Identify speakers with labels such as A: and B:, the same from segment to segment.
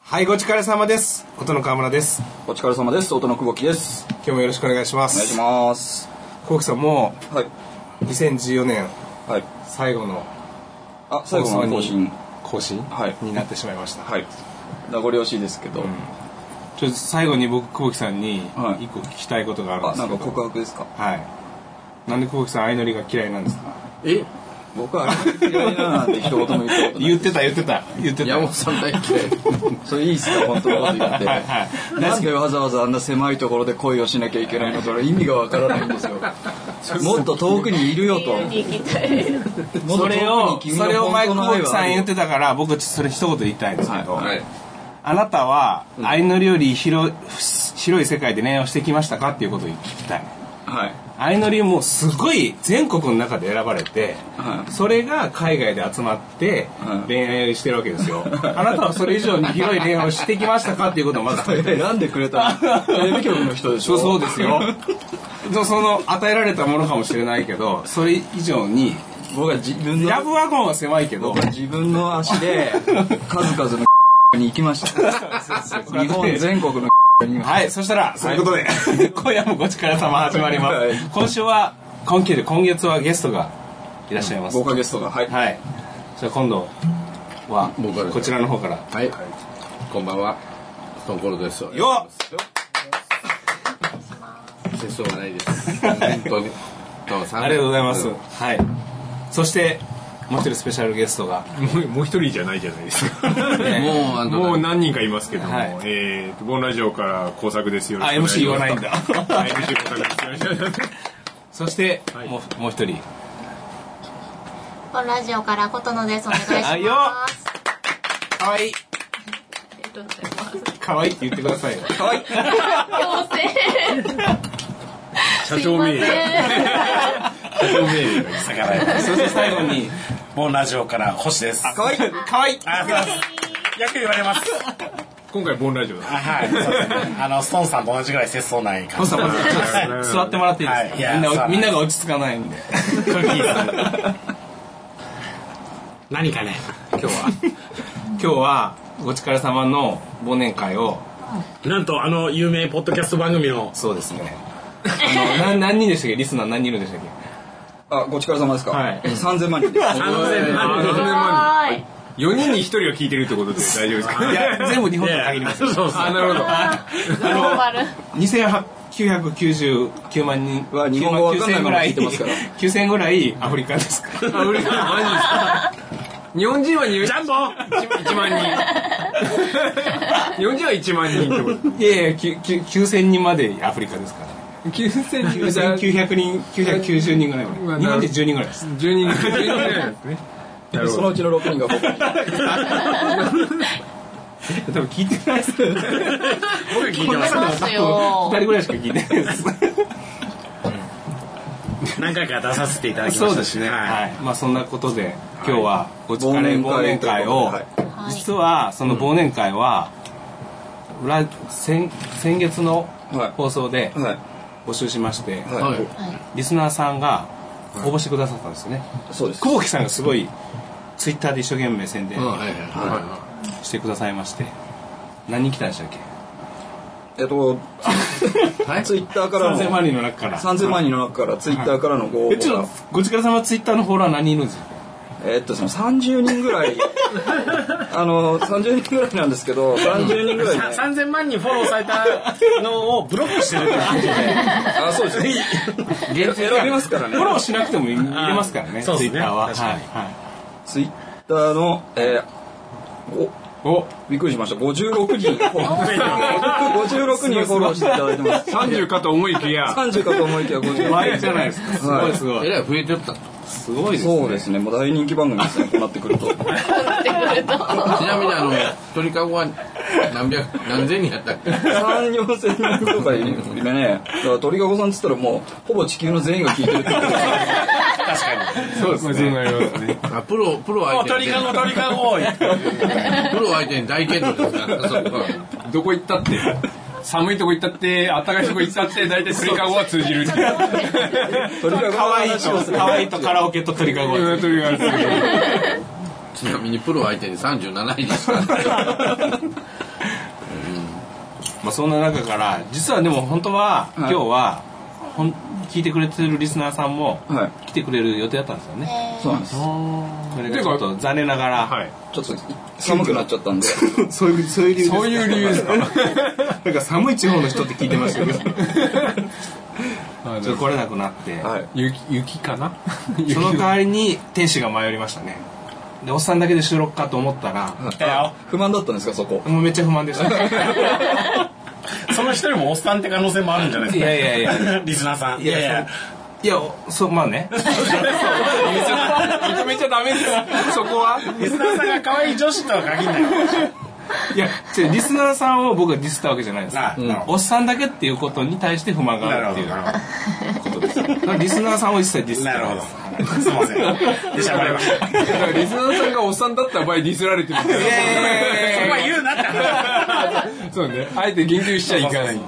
A: はい、ご疲れ様です。音の河村です。
B: お疲れ様です。音の久保木です。
A: 今日もよろしくお願いしま
B: お願いし
A: す。
B: ます。
A: コウキさんも
B: はい。
A: 2014年
B: はい。
A: 最後の
B: あ、最後の
A: 放
B: 更
A: 送に
B: 新。
A: 更新、
B: はい
A: になってしまいました。
B: はい。名残惜しいですけど。
A: ちょっと最後に僕久保木さんに
B: はい
A: 一個聞きたいことがあるん
B: あ、
A: です
B: なん
A: けど。
B: か告白ですか
A: はい。なんで久保木さん相乗りが嫌いなんですか。
C: え
B: 僕はあれ嫌いだなんて一言も言ったこ とない。
A: 言ってた言ってた言ってた。
C: 山本さん大嫌い
B: それいいっすか本当のこと言って。
A: はいはい
B: なんでわざわざあんな狭いところで恋をしなきゃいけないのそれ意味がわからないんですよ。もっと遠くにいるよと。
D: 行きたい。
B: もっ
A: そ
B: と遠く
A: れ
B: に
A: を
B: 君
A: それを
B: の本
A: 前
B: 当
A: 久
B: の
A: 保
B: 愛
A: 木
B: は
A: さ
B: あ
A: ん
B: る
A: 言っ
B: よ。
A: てたから僕ちょっとそれ一言言いたいんですけど、
B: はい
C: はい
A: あなたは相乗りより広い広い世界で恋愛をしてきましたかっていうことを聞きたい。
B: はい。
A: 相乗りもすごい全国の中で選ばれて、
B: はい
A: それが海外で集まって
B: はい
A: 恋愛をしてるわけですよ、あなたはそれ以上に広い恋愛をしてきましたかっていうことをまず問いたい
B: 選んでくれたのテレビ局の人でし
A: そ
B: ょ
A: うそうですよそその与えられたものかもしれないけどそれ以上に
B: 僕は自分の
A: ラブワゴンは狭いけど
B: 僕は自分の足 で数々のに行き ました日本全国 のには
A: はいそしたらそういうことで、今夜もご力様始まります、
B: はい
A: 今週は今期で今月はゲストがいらっしゃいます、
B: 豪華ゲストがはい
A: はいじゃあ今度は
C: 僕から
A: こちらの方から
C: はい、こんばんはストーンコールドです
A: よ
C: 接想がないで す本当にどうも
A: ありがとうございます。はい。そして、もう一人スペシャルゲストが、
E: もうもう一人じゃないじゃないですか。
A: ね
C: もうあの
E: もう何人かいますけども、
A: はい
E: えーと、ボンラジオから工作ですよ。
A: あ、
E: よろしく
A: MC 言
E: お
A: わ
E: 願
A: ないい
E: し
A: ん
E: ま
A: だ。
E: す MC 工作ですよろしくお願いします。
A: そして、
E: はい
A: もうもう一人。
D: ラジオからことのです。お願いし
A: あよ
D: ま
A: っ
D: す。
A: かわいい。
D: ありがとうございます。
A: かわいいって言ってくださいよ。かわいい。
E: 社
D: 妖精。すい
E: 長
D: ま
E: 名
D: せん。
E: 義。社長名義が
A: そして最後に、もうラジオから星です。かわいい。かわいい。
F: あ、そうです。よく言われます。
E: 今回ボンラジオだ。
F: あはい。そうですねあの、ストーンさんと同じぐらい節操ない感じ。
A: 星さん、まずちょっと座ってもらっていいですか、
F: はいいや
A: みんな
F: そうなんで
A: み
F: す
A: んなが落ち着かないんで。
F: 何かね。
A: 今日は、今日は、ご力様の忘年会を、
F: なんと、あの、有名ポッドキャスト番組の、
A: そうですね。あの、な何人でしたっけリスナー何人いるんでしたっけ
B: あご力様ですか
A: はい
B: 3000万人です
A: あ
E: あ
A: の
D: はーい。
E: 4人に1人は聞いてるってことで大丈夫ですか
A: いや、全部日本と 限ります。
F: そうそう。
A: あ、なるほど。
D: グローバル。
A: 2999万人
B: うわ日本語わかんな
A: 9,000
B: い
A: ぐらい
B: まま聞いてます
A: 9000ぐらいアフリカですからアフリカマジですか
E: 日本人は
F: ジャンボ
E: 1万人。日本人は1万人ってこ
A: いやいやきゅきゅ9000人までアフリカですからね
E: と。9000
A: 9900人990人ぐらいまで日本で10人ぐらいです
E: 10人ぐらいですね。なるほ
B: そ
E: ど
B: のうちの6人が僕に
A: 多分聞いてないです
F: 僕聞いてま
A: 多
D: ますよ
A: 分2人ぐらいしか聞いてないです
F: す。何回か出させていただきました。
A: そうですね
F: はい。
A: はいまあそんなことで今日はご疲
B: 忘
A: れ
B: 年
A: 忘年
B: 会とい
A: 会
B: うこと
A: を
B: ではい
D: はい。
A: 実はその忘年会は、裏先先月の
B: はい
A: 放送で
B: はい
A: 募集しまして、
B: はい
C: はい
A: リスナーさんが応募してくださったんですよね
B: そうです
A: 久保木さんがすごいツイッターで一生懸命宣伝
C: うんはいはいは
A: してくださいまして何人来たんでしたっけ
B: えっと
C: はい
B: ツイッターからの
A: 3000万人の中から
B: 3000万人の中からツイッターからのご応
A: えち
B: 募
A: ょっ
B: が
A: とご力様ツイッターのフォロワー何人いるんですか
B: えっとその30人 ぐらいあの30人ぐらいなんですけど30人ぐらいね
F: 3000万人フォローされたのをブロックしてる
B: あそうですね
A: 限
B: 選びますからね
A: フォローしなくても見れますからね
F: あー
A: ツ
F: そう
A: イ
F: で
A: ッ
F: すね
A: ターは、
F: 確かに
A: はいはい
B: ツイッターのえーお
A: お
B: びっくりしました。56人。56人フォローしていただいてます。
E: 30かと思いきや、
B: 30かと思いきや56
A: 倍じゃないですかすご
B: はいい
A: すご
C: え
A: い
C: らい増えてった
A: すごいですね
B: そうですね。もう大人気番組ですね。こうなってくると。
C: ちなみにあの鳥かごは何百何千人やったっけ
B: 3、4千人とかいるね。だから鳥かごさんっつったらもう、ほぼ地球の全員が聞いてるってことですね
F: 確かに。
E: そうですね。そうなりますね。
C: あプロプロ
F: も
C: 相
F: う
C: 手
F: 鳥
C: に
F: かご、鳥かご多い。
C: プロ相手に大健闘ですからそこは
E: どこ行ったって。寒いとこ行ったって、暖かいとこ行ったって、大体鳥かごは通じるっていう。
B: 鳥かごの
A: 可愛い
B: 話を
A: と
B: する。
A: 可愛いとカラオケと鳥かご
E: うん鳥かごは通じる。
C: ちなみにプロ相手に37人でした
A: まあ、そんな中から実はでも本当は今日はほん聞いてくれてるリスナーさんも
B: はい
A: 来てくれる予定だったんですよね、
B: そうなんです
A: それがちょっと残念ながら、
E: はい。
B: ちょっと寒くなっちゃったんで
A: そういうそういう理由
E: そういう理由ですか
A: なんか寒い地方の人って聞いてましたけどちょっと来れなくなって、
B: はい
E: 雪、雪かな
A: その代わりに天使が迷いましたねでおっさんだけで収録かと思ったら
B: 不満だったんですかそこ
A: もうめっちゃ不満でした
F: その一人もおっさんって可能性もあるんじゃない
A: い
F: で
A: やいやいや
F: すか。リスナーさん。い
A: いや
F: や
A: い
F: い
A: や
F: や、
A: いや、そう、まあね。認めちゃダメです。そこは。
F: リスナーさんが可愛い女子とは限らない。
A: いや、違うリスナーさんを僕はディスったわけじゃないです。
F: あ、なるほ
A: おっさんだけっていうことに対して不満
F: ど。
A: が
F: なる
A: あるっ
F: ほ
A: てい
F: ど。
A: う
F: なるほど
A: ことです。だからリスナーさんを一切ディスって
F: なる
A: ない
F: ほ
A: で
F: ど
A: す。
F: すいません。でしゃばりました。
E: だからリスナーさんがおっさんだった場合ディスられてるんだよ
F: そこは言うなって 話。
E: そうね。あえて言及しちゃいかない。
A: い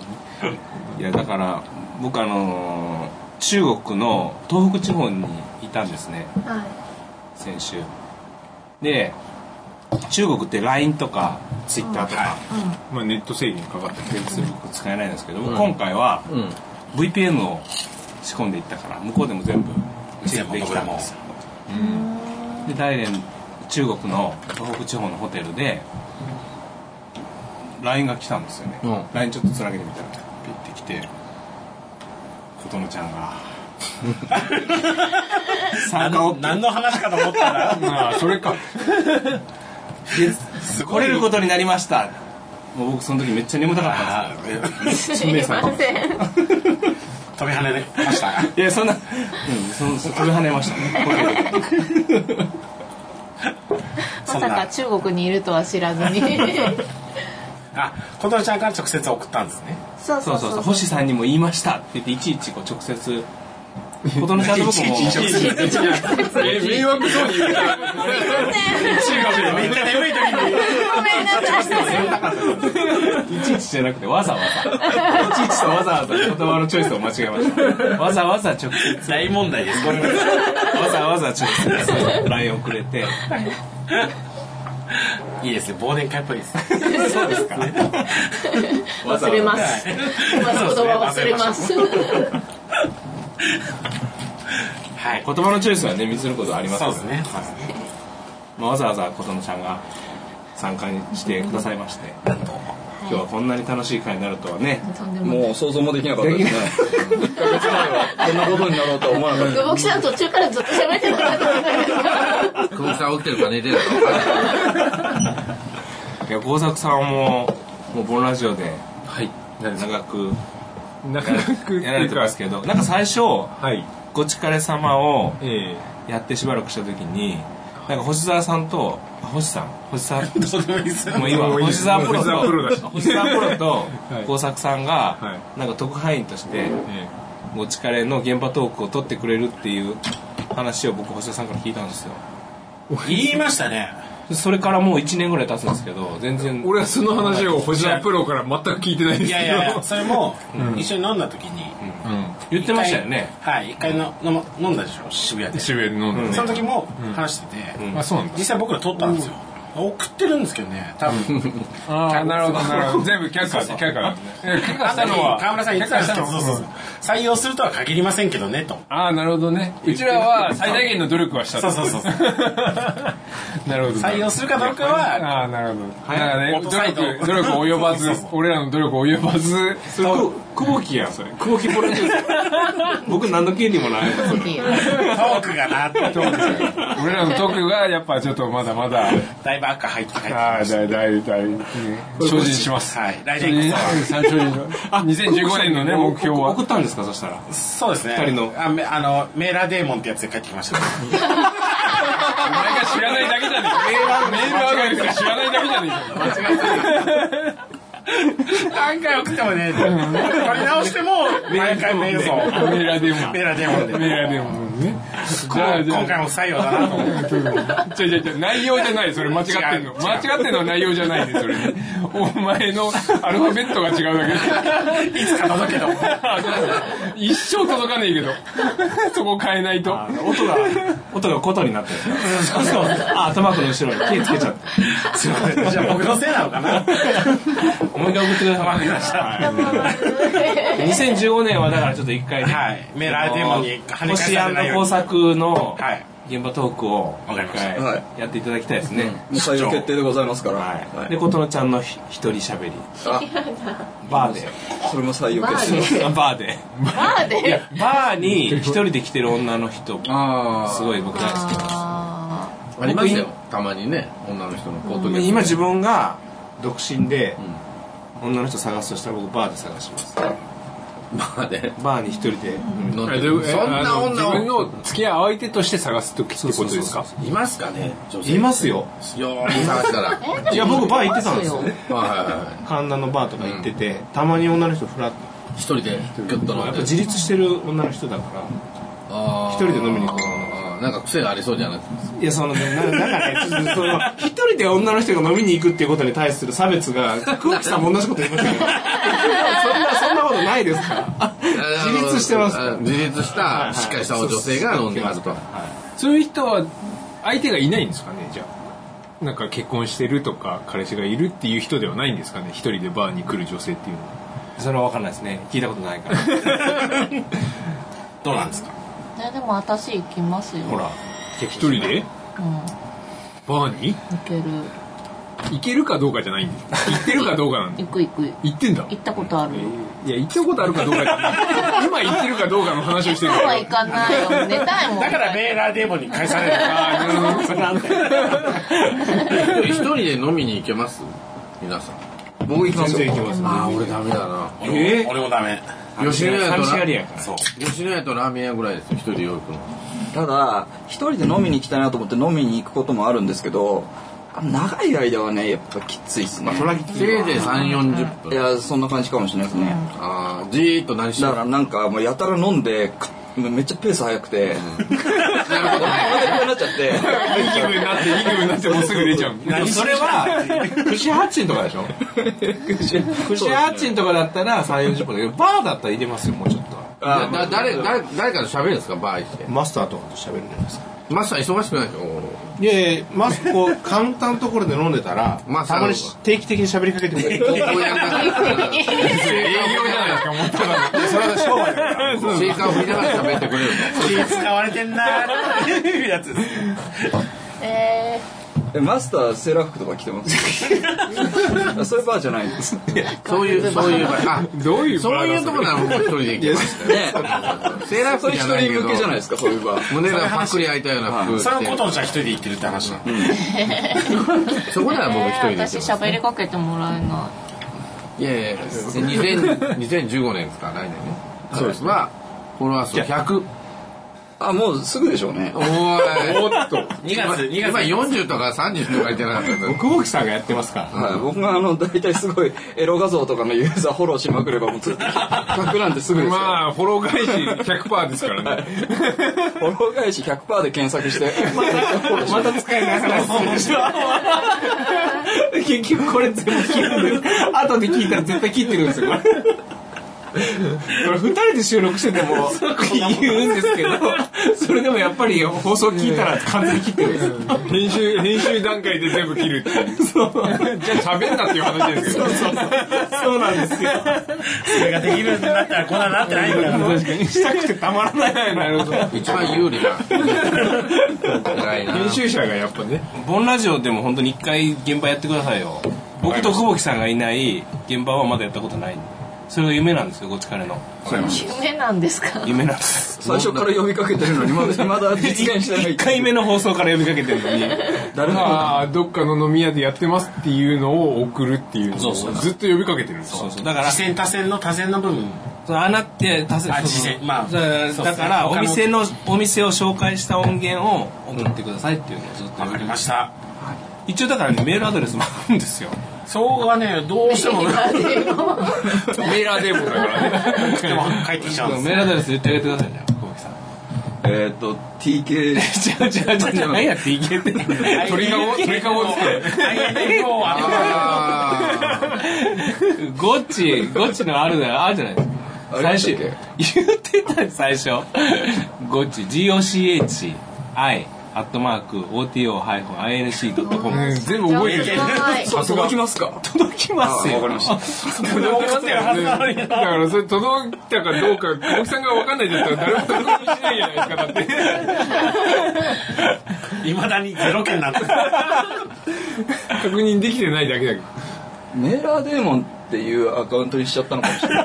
A: や、だから、僕あのー、中国の東北地方にいたんですね、
D: は
A: 先週。で、中国って LINE とか Twitter とか、
E: まあネット制限かかってる。
A: Facebook 使えないんですけども、今回は、
C: うん。
A: VPN を仕込んでいったから向こうでも全部チェックできたんですよで大連中国の東北地方のホテルで LINE が来たんですよね、
C: うん
A: LINE ちょっとつなげてみたらピッて来て琴乃ちゃんが参加 OK
F: 何の話かと思ったら、
E: ああ、それか。
A: です来れることになりましたもう僕その時めっちゃ眠たかったんです
D: い。 すみません。
F: 飛び跳ねました。
A: よいやそんな、うん、そのそ飛び跳ねましたねホテルで
D: まさか中国にいるとは知らずに。
F: あ、琴乃ちゃんから直接送ったんですね。
D: そう
A: そ
D: そうう
A: そう
D: そ
A: そう
D: う。
A: 星さんにも言いましたって言っていちいちこう直接琴乃ちゃんと僕も
E: え、迷惑そうに言うから。
F: めっちゃ眠い時に。
D: ごめんなさい。
A: いちいちじゃなくてわざわざいちいちとわざわざ言葉のチョイスを間違えましたわざわざ直接
F: 大問題です。これは
A: わざわざ直接 LINE をくれて
F: いいですね。忘年会っぽいです。
A: そうですか
D: 忘れます。私言葉忘れます。
F: はい。
A: 言葉のチョイスはね見せることはありますけ
F: そう
A: ど
F: ですね。そうですね
A: まあ、わざわざ琴乃ちゃんが参加してくださいまして今日はこんなに楽しい会になるとはね
D: とんでもない。
B: もう想像もできなかったですね1ヶ月前はこんなことになろうとは思わなかった
D: 久保木さん途中からずっと喋ってなかったんだけど。
C: 久保木さん起きてるか寝てるか分からない。
A: いや郷作さんももうボンラジオで
E: はい。
A: 長く
E: なかなかって
A: やら
E: い
A: れ
E: う
A: て
E: か
A: ます。けどなんか最初
E: はい。
A: ご疲れ様を
E: ええ。
A: やってしばらくした時になんか星沢さんとあ星さん星沢
F: どうでもいいですよ
A: もう今
E: もういい
A: 星沢プロ
E: もう星沢プロだし
A: と星沢プロと
E: はい
A: 耕作さんが
E: は
A: なんか特派員として
E: え
A: ご疲れの現場トークを取ってくれるっていう話を僕星沢さんから聞いたんですよ
F: 言いましたね。
A: それからもう1年ぐらい経つんですけど全
E: え
A: 然
E: 俺はその話を星野プロから全く聞いてないですけど。
F: いやいやいや、それも、一緒に飲んだ時に、
A: 言ってましたよね
F: 一回。はい、一回の飲ま飲んだでしょ、渋谷
E: うん。
F: で。
E: 渋谷で飲んだね
F: その時も話してて、
E: あ、そうなんだ。
F: 実際僕ら撮ったんですよ。送ってるんですけどね、多分。
E: ああ、なるほど、なるほど。全部却下、却下なんだね。却下
F: あ
E: し
F: の
E: た
F: 時
E: のは、
F: 川村さん言ってたんですけど、
E: 却下
F: そう
E: した
F: そう
E: の
F: そう
E: は。
F: 採用するとは限りませんけどね、と。
E: ああ、なるほどね。うちらは最大限の努力はしたと。
F: そうそうそう
E: なるほど。
F: 採用するかどうかは、
E: ああ、なるほど。
A: い
E: なん
F: 落と
E: か
F: さ
E: ね、
F: ない
E: 努力、
F: と
E: 努力及ばず
F: そうそうそ、う
E: 俺らの努力及ばず、
A: それ久保木やんそれ久保木プロデュー ス僕何の権利もない
D: 大きいよ
F: トークがなって。
E: 俺らの特がやっぱちょっとまだまだ、
F: だいぶ赤入って入ってき
E: あ
F: ま
E: あ、
F: した。
E: だいだいだい、精進します。
F: はい、来
E: 三
F: 年こ
E: 兆円の2015年のね、目標は
A: 送。ったんですかそしたら
F: そ。そうですね。
A: 二人の
F: あめあの、メーラーデーモンってやつで帰ってきました。
E: お前が知らないだけじゃねえか。メール上がりとか知らないだけじゃねえか。
F: 何回送ってもね、 取り直しても、毎回メールそう。
E: メーラーでも。
F: メーラーデーモンで。
E: メーラーでもね。じゃあじゃあ
F: 今回も不採用だなと思って。
E: 違う違う違う内容じゃないそれ間違ってんの
F: 違う違う
E: 間違ってんのは内容じゃないねそれねお前のアルファベットが違うだけ
F: いつか届けど。
E: で一生届かねえけどそこ変えないと
A: 音が音がことになってるあ頭くの後ろに手つけちゃって
F: じゃあ僕のせいなのかな
A: 思い出送ってくださいわかりました
D: はい
A: 2015年はだからちょっと一回ね
F: はいメールアイテムに跳ね返
A: 星
F: されないように
A: 工作の
F: はい
A: 現場トークを
F: わかりました
A: 一回
B: はい
A: やっていただきたいですね、
B: もう採用決定でございますから、
A: は、
B: はいい
A: で琴乃ちゃんのひ一人喋り
B: あ
A: バーで
B: それも採用
D: バ
B: 決定
D: ーで
A: あバーで
D: バーで
A: バーに一人で来てる女の人
C: あ
A: すごい僕大好き
D: あ
C: ありますよたまにね女の人のポートキャスト
A: 今自分が独身で、女の人探すとしたら僕バーで探します
C: バーで
A: バーに一人で、
C: 乗っ
E: そ
C: てるそんな
E: 自分
C: 女を
E: の付き合う相手として探す時ってことですか
C: いますかね女性
A: いますよ
C: よーく探したらはい
D: ー
A: いや僕バー行ってたんですよ
C: はいはい
A: 神田のバーとか行ってて、たまに女の人フラッと
C: 一人でギュッと
A: や
C: 飲
A: っ
C: ん
A: ぱ
C: で
A: 自立してる女の人だから
C: あー
A: 一人で飲みに行く
C: あーなんか癖がありそうじゃない
A: いやそのねななんかねその一人で女の人が飲みに行くっていうことに対する差別が黒木さんも同じこと言いましたけどそんなそんなことないですから自立してます
C: あ自立したしっかりした女性が飲んでますと
E: そういう人は相手がいないんですかねじゃあなんか結婚してるとか彼氏がいるっていう人ではないんですかね一人でバーに来る女性っていうのは
A: それは分かんないですね聞いたことないから
F: どうなんですか
D: ねでも私行きますよ
A: ほら
E: 一人で
D: うん
E: バーに
D: 行ける
E: 行けるかどうかじゃないんです行ってるかどうかなんで
D: 行く行く
E: 行ってんだ
D: 行ったことある
E: いや行ったことあるかどうかじゃない今行ってるかどうかの話をしてる
D: 今
E: か
D: は
E: ら
D: 行かないよ寝たいもん
F: だからメールアイテムに返される
E: あーなるほど
C: 一人で飲みに行けます皆さん
B: 僕行きますよ
C: ああ俺ダメだな
F: 俺も俺もダメ
C: 吉野家と
A: 寂しがり
C: ラ
A: やから
F: そう
C: 吉野家とラーメン屋ぐらいですよ一人でよくの
B: ただ一人で飲みに行きたいなと思って飲みに行くこともあるんですけどあ長い間はねやっぱきついですね、
C: せいぜい3四4 0
B: い
C: 分
B: やそんな感じかもしれないですね、
C: ああじーっと何し
B: だ
C: て
B: か
C: る
B: らなんかもうやたら飲んでかめっちゃペース速くて、 なるほどこうなっちゃって
E: いい気分になっていい気分になってもうすぐ出ちゃう
A: でもそれは串八珍とかでしょ串八珍とかだったら3 4 0分だけどバーだったら入れますよもうちょっとは
C: だだ誰誰誰かと喋るんですかバー行って
A: マスターとかと喋るじゃないですか
C: マスター忙しくないですかこ
A: いやいやマスこうカウンターのところで飲んでたら
C: マスター
A: たまに定期的に喋りかけてくれる
C: こやんな
E: 営業じゃないですかもうただの
A: それが商売だから
C: シェイカーを振りながら喋ってくれる
F: 気使われてんなーっていうやつです
D: え
B: えマスターセーラー服とか着てます そういうバーじゃないんですね
C: のそういうそういう場合あ
E: どういう
C: そういうとこなら僕一人で行けますセーラー
B: そう
C: 服
B: いう
C: じゃない
B: 一
C: け
B: 人
C: ど
B: 向けじゃないですかそういうバー
C: 胸がパックリ開いたような服着て
F: それは琴乃ちゃん一人で行ってるって話なの
C: そこなら僕一人で行けま
D: 私
C: す
D: 喋りかけてもらえない
C: やいやいや2000 2015年ですか来年ねそうですはフォロワー数100
B: あもうすぐでしょうね
C: おーい
E: おっと
F: 2月2
C: 今40とか30とか言ってなかったんだ
E: 久保木さんがやってますから
B: はい、僕があの大体すごいエロ画像とかのユーザーフォローしまくればもうずっと100なんてすぐですよ、
E: まあフォロー返し100%ですからね
B: フォロー返し100%で検索して
A: また使えない話する 結局これ全部聞くんです後で聞いたら絶対切ってるんです よこれこれ2人で収録してても言うんですけどそれでもやっぱり放送聞いたら完全に切ってるんです
E: 編集編集段階で全部切るっていうじゃあ喋んなっていう話ですけど
A: そうなんですよ
F: それができるんだったらこんなんなってないんだから
A: 確かにしたくてたまらないなるほど
C: 一番有利な偉いな
E: 編集者がやっぱね
A: ボンラジオでも本当に一回現場やってくださいよ僕と久保木さんがいない現場はまだやったことないんでそれが夢なんですよこっちからの
D: 夢なんですか
A: 夢なんです
B: 最初から呼びかけてるのにま だまだ実現してない
A: 1回目の放送から呼びかけてるのに
B: 誰も
E: まあどっかの飲み屋でやってますっていうのを送るっていうのをずっと呼びかけてるんです
A: そ
E: よ
A: うそうだから
F: 自線多線の多線の部分
A: その穴って足せ
F: あ
A: そうそう
F: 事前まあ
A: そう
F: そう
A: だからお
F: 他の
A: 店のお店を紹介した音源を送ってくださいっていうのをずっと
F: わかりました
A: 一応だからねメールアドレスもあるんですよ
F: そうはねどうして も
E: メーラーデーモンだからね
F: でも帰ってきちゃう んです
A: メールアドレス言ってあげてくださいじゃあ小木さん
B: えっ、と TK
A: 違う違う違う何やっていけって
E: 鳥かご鳥かごですけど
F: もう
C: あ
A: ゴッチゴッチのあるあるじゃないですか
B: ありま
A: 最
B: した
A: 初
B: っけ
A: 言ってたよ最初ゴッチ GOCHI アットマーク OTO-ILC.com
G: うん全部覚えてる
D: じゃあはい
B: さすが。きますか
G: 届きますよ
B: わかりました。
G: だからそれ届いたかどうか大木さんが分かんないんだったら誰も確認しないじゃないですかだって
H: いまだにゼロ件になってる。
G: 確認できてないだけだけど
B: メーラーデーモンっていうアカウントにしちゃったのかもしれ ない。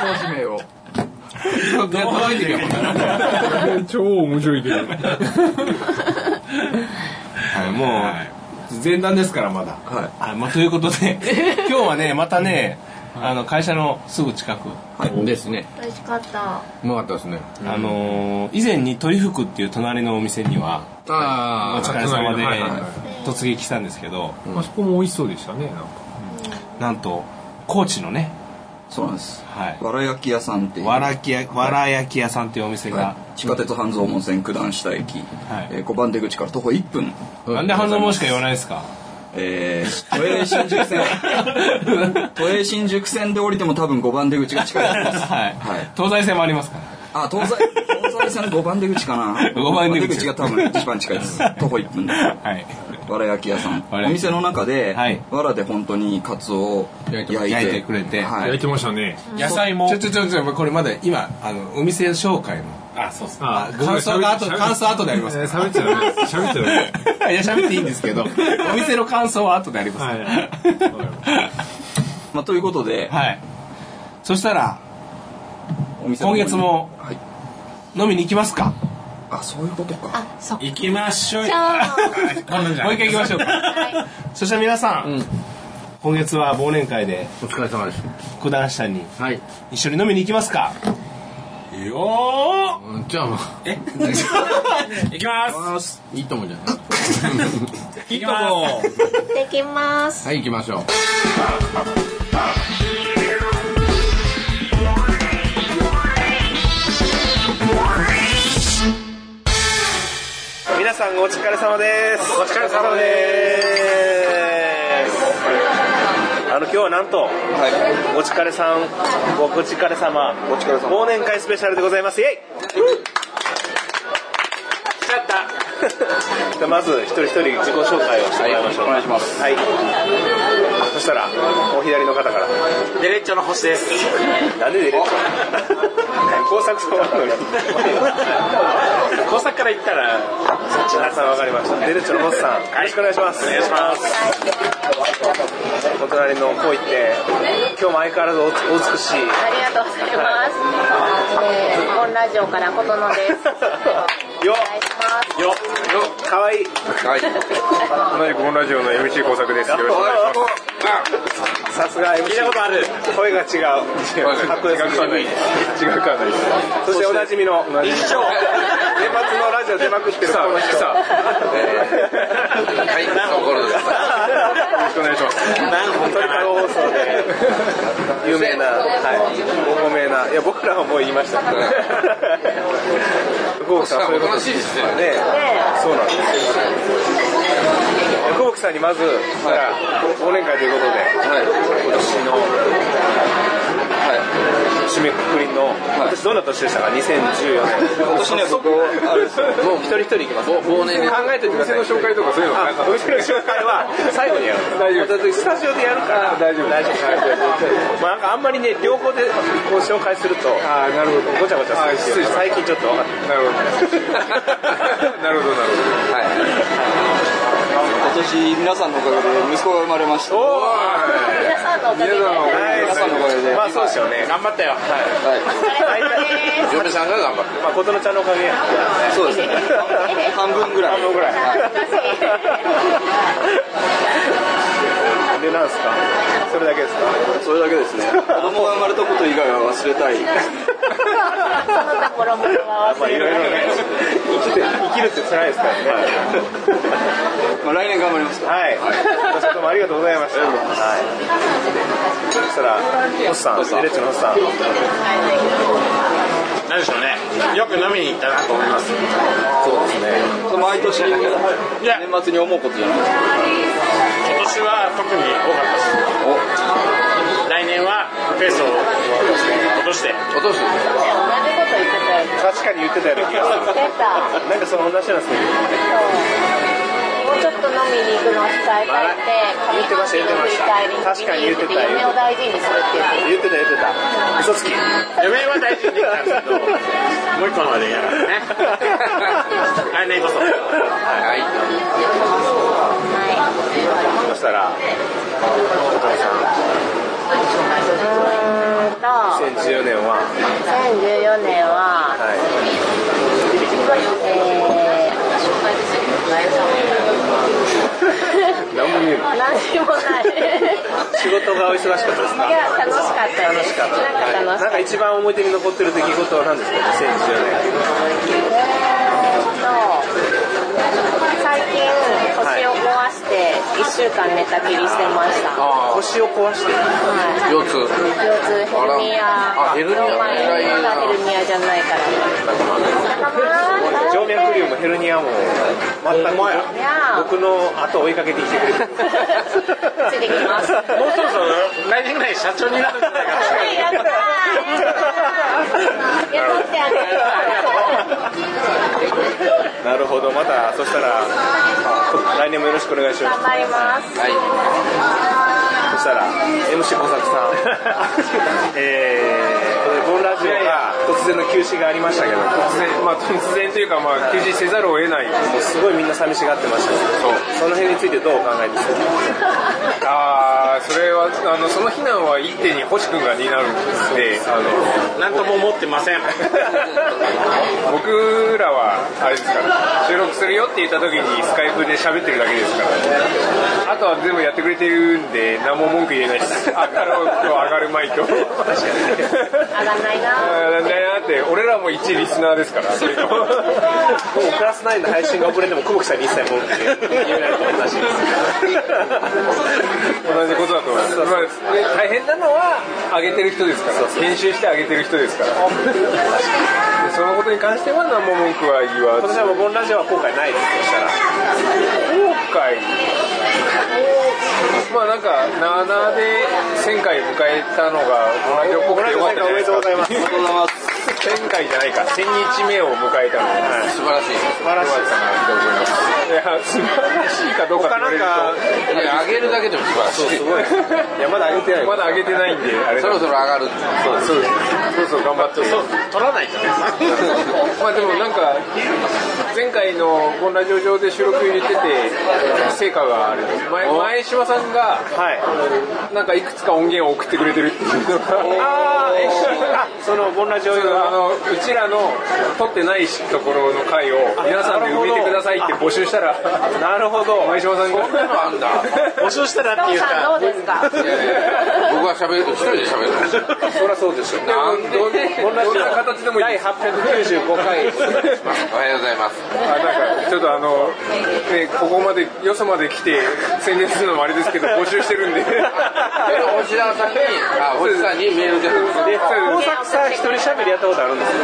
B: コー名を。
C: 届いてるやもんな
G: 超面白いけど
A: はい、もう、前段ですからまだ、
B: は
A: はいまあ、ということで今日はねまたね、あの会社のすぐ近く、
C: ですね
D: 美味しかった。
C: うまかったですね
A: あのー以前に鳥福っていう隣のお店にはお
C: あ
A: 疲れ様で
G: はいはいはい
A: 突撃したんですけど
G: あそこも美味しそうでしたねなんか
A: なんと高知のね、
B: そうなんです。
A: はい、
B: わら焼き屋さんっていう。
A: わらきやわら焼き屋さんっていうお店が、
B: 地下鉄半蔵門線九段下
A: は
B: 駅、
A: い
B: えー、5番出口から徒歩1分、
A: なんで半蔵門しか言わないですか
B: えー、都営新宿線都営新宿線で降りても多分5番出口が近いです
A: はい、
B: はい
A: 東西線もありますから
B: あ東西東西線の5番出口かな
A: 5番出口
B: が多分一番近いです徒歩1分で
A: はい
B: わら焼き屋さん
A: わら焼き
B: お店の中で、
A: はい
B: わらで本当にカツオを焼いて
A: 焼いてくれて
B: はい
G: 焼いてましたね
C: 野菜もちょちょちょちょこれまだ今あのお店紹介の
H: あ、そうっすね。
G: あ
A: 感想が後
G: 喋っ
A: 感想後であります
G: えー喋っちゃダメです喋っちゃダメです
A: いや、喋っていいんですけど、 お店の感想は後であります。
G: はい
B: まあ、ということで、
A: はい。そしたら、
B: お店
A: 今
B: の方に
A: 月も
B: はい、
A: 飲みに行きますか。
B: あそういうことか
D: あ、そっ
H: 行きましょうよ。
D: か。
A: もう一回行きましょうか。
D: は
A: そしたら皆さん、
C: うん
A: 今月は忘年会で
C: お疲れ様です
A: 九段下に
C: はい
A: 一緒に飲みに行きますか。
H: よ
C: うんじゃあもう
H: ー行きます。
C: いいと思うじゃない
H: 行きま
D: い。できます。
C: はい行きましょう
A: 皆さんお疲れ様です。お疲れ様です。あの今日はなんと、お疲れさん、お疲れ様、お疲れ様忘年会スペシャルでございます。イェイ。
F: じゃあまず一人一人自己紹介をしてもらいましょう、お願いしますはいそしたらお左の方からデレッチョの星ですなんでデ レッチョ工作そうなのに工作から言ったらそっちのさんわかりましたデレッチョの星さん、よろしくお願いしますお願いしますお隣のこう言って今日も相変わらずおお美しい
D: ありがとうございます。えー、本ラジオからことのです。お願
F: よ
D: いします。
F: よよかわいい
H: す。同じく本ラジオの MC 工作です。よろしくお願いします。
F: さすが MC 聞いたことある声が違うかっこよすぎる
H: 違うからです。
F: そしておなじみの一生年末のラジオ出まくってるこの人さはい心です
H: よろしくお願いします。
F: 鳥かご放送で有名なはいご名ないや僕らはもう言いましたけど福岡さんそういうことですねそうなんです福岡さんにまずほら忘年会ということで今年の締めくくりの私どんな年でしたか2014年
B: 今年ね僕あれですよ
F: もう一人一人いきます。忘年考えておいてください。お店の紹介とかそういうの。お店の紹介は最後にやる。大丈夫。スタジオでやるから。大丈夫。大丈夫。まあなんかあんまりね両方でこう紹介すると。ああなるほど。ごちゃごちゃするし。最近ちょっと分かって
H: なるほどなる
B: はい。今年皆さんのおかげで息子が生まれました。
F: おお。
D: 皆さんのおかげで。
F: 皆さんのおかげで。まあそうですよね。
C: 頑張ったよ
B: はい。
D: お疲れ様です。
C: 嫁さんが頑張った
F: まあ琴乃ちゃんのおかげや。
B: そうですね。半分ぐらい。
F: 半分ぐらい。でなんですか。それだけですか。
B: それだけですね。子供が生まれたこと以外は忘れたい。
D: そのところも合わ
F: まあ
D: せ
F: いろいろね。生きて生きるって辛いですからね。
B: まあ来年頑張りますか。
F: はい。ご視聴どうもありがとうございました。はい。そしたら、ホスさん、デレッチのホスさん。
H: なんでしょうね。よく飲みに行ったなと思います。
B: そうですね。毎年年末に思うことじゃないです
H: 今年
B: か。
H: は特に多かったです。来年はペースを落として。
D: 同じこと言ってたよ。はい
A: 確かに言ってたような気がする
D: 出た
A: なんかその同じなんですけど
D: もうちょっと飲みに行くのを控えたいって
A: 言ってました言ってました確かに言ってた
D: 夢を大事にするって言
A: 言っ
D: って
A: てた言ってた嘘つき
F: 嫁は大事にできたんですけど、もう一個のまでやか らね。来年こそ。
C: はい。
A: そしたら
D: うーんと
A: 2014年は
D: 2014年は
A: はい
D: え
A: 何も見えない
D: ー、何も ない
A: 仕事がお忙しかったですか
D: いや楽しかったで
A: 楽し
D: す
A: かった
D: なんか
A: な
D: 楽しか
A: ん
D: っ
A: か一番思い出に残ってる出来事は何ですか2014
D: たえーと最近腰を壊して1週間寝たきりしてました、は
A: 年腰を壊して
D: い
C: 腰痛。
D: 腰痛ヘルニア
C: あヘルニア
D: まあ
C: 偉いな
D: 今がヘルニアじゃないからたま
A: 静脈瘤もヘルニアも全く
D: いや
A: 僕の後を追いかけてきてくれてる
D: ついてきます
A: もうそろそろ
F: 来年ぐらい社長になるんじゃないかな。
D: はいやったーやったーやってあげる
A: なるほどまたそしたら来年もよろしくお願いしま
D: 頑
A: す
D: 張ります
C: はい。
A: そしたら MC 小作さんえーボンラジオが突然の休止がありましたけど
G: 突然まあ突然というかまあ休止せざるを得ない
A: すごいみんな寂しがってましたけどその辺についてどうお考えですか
G: ああそれはあのその避難は一手に星君が担うんであの
F: なんとも思ってません。
G: 僕らはあれですから収録するよって言った時にスカイプで喋ってるだけですからあとは全部やってくれてるんで何も文句言え ないですあがろうと上がるまいと確かに
D: 上がんないな
G: だなって俺らも一リスナーですから
A: もうクラス9の配信が遅れても久保木さんに一切文句言えないと思うらしいです
G: 同じことだと思います、まあね大変なのは上げてる人ですから編集して上げてる人ですからで そのことに関しては何も文句は言わ
A: 今
G: ず
A: 年はもうボンラジオは後悔ないですそしたら
G: 後悔まあなんか7で1000回迎えたのが同じっぽくてよかったじゃないです
A: お
G: か
A: めでとうございます
G: りがとうございます1000回じゃないか1000日目を迎えたので、はい、
C: 素晴らしい。
A: 素晴らしい
G: いや素晴らしいかどうかって言われる
C: いや上げるだけでも素晴らしい。
A: すごいいやまだ上げてない
G: とまだ上げてないんであれ
C: そ
G: だ
C: ろそろ上がる。
G: そうそうそうそう頑張って
F: 取らないとね。
G: まあでもなんか前回の「ボンラジオ」上で収録入れてて成果がある前前島さんが
A: はい
G: なんかいくつか音源を送ってくれてるっていうのが
A: あーえあそのボンラジオ用の
G: あのうちらの撮ってないところの回を皆さんで埋めてくださいって募集したら
A: なるほど
G: 前島さんが
C: のあんだ
A: 募集したらって
D: 父
A: いう
D: さん
A: か
D: どうですか
C: いやいや僕は喋ると一人で喋るんですよ。
A: そりゃそうですよ
C: なんで
G: どんなどんな形でもいい
A: 第895回
C: おはようございます。
G: あなんかちょっとあの、ね、ここまでよそまで来て宣伝するのもあれですけど募集して るんで
C: 星田さんに、あ、星さんにメールで。
A: で大作さん一人喋りやったことあるんですよ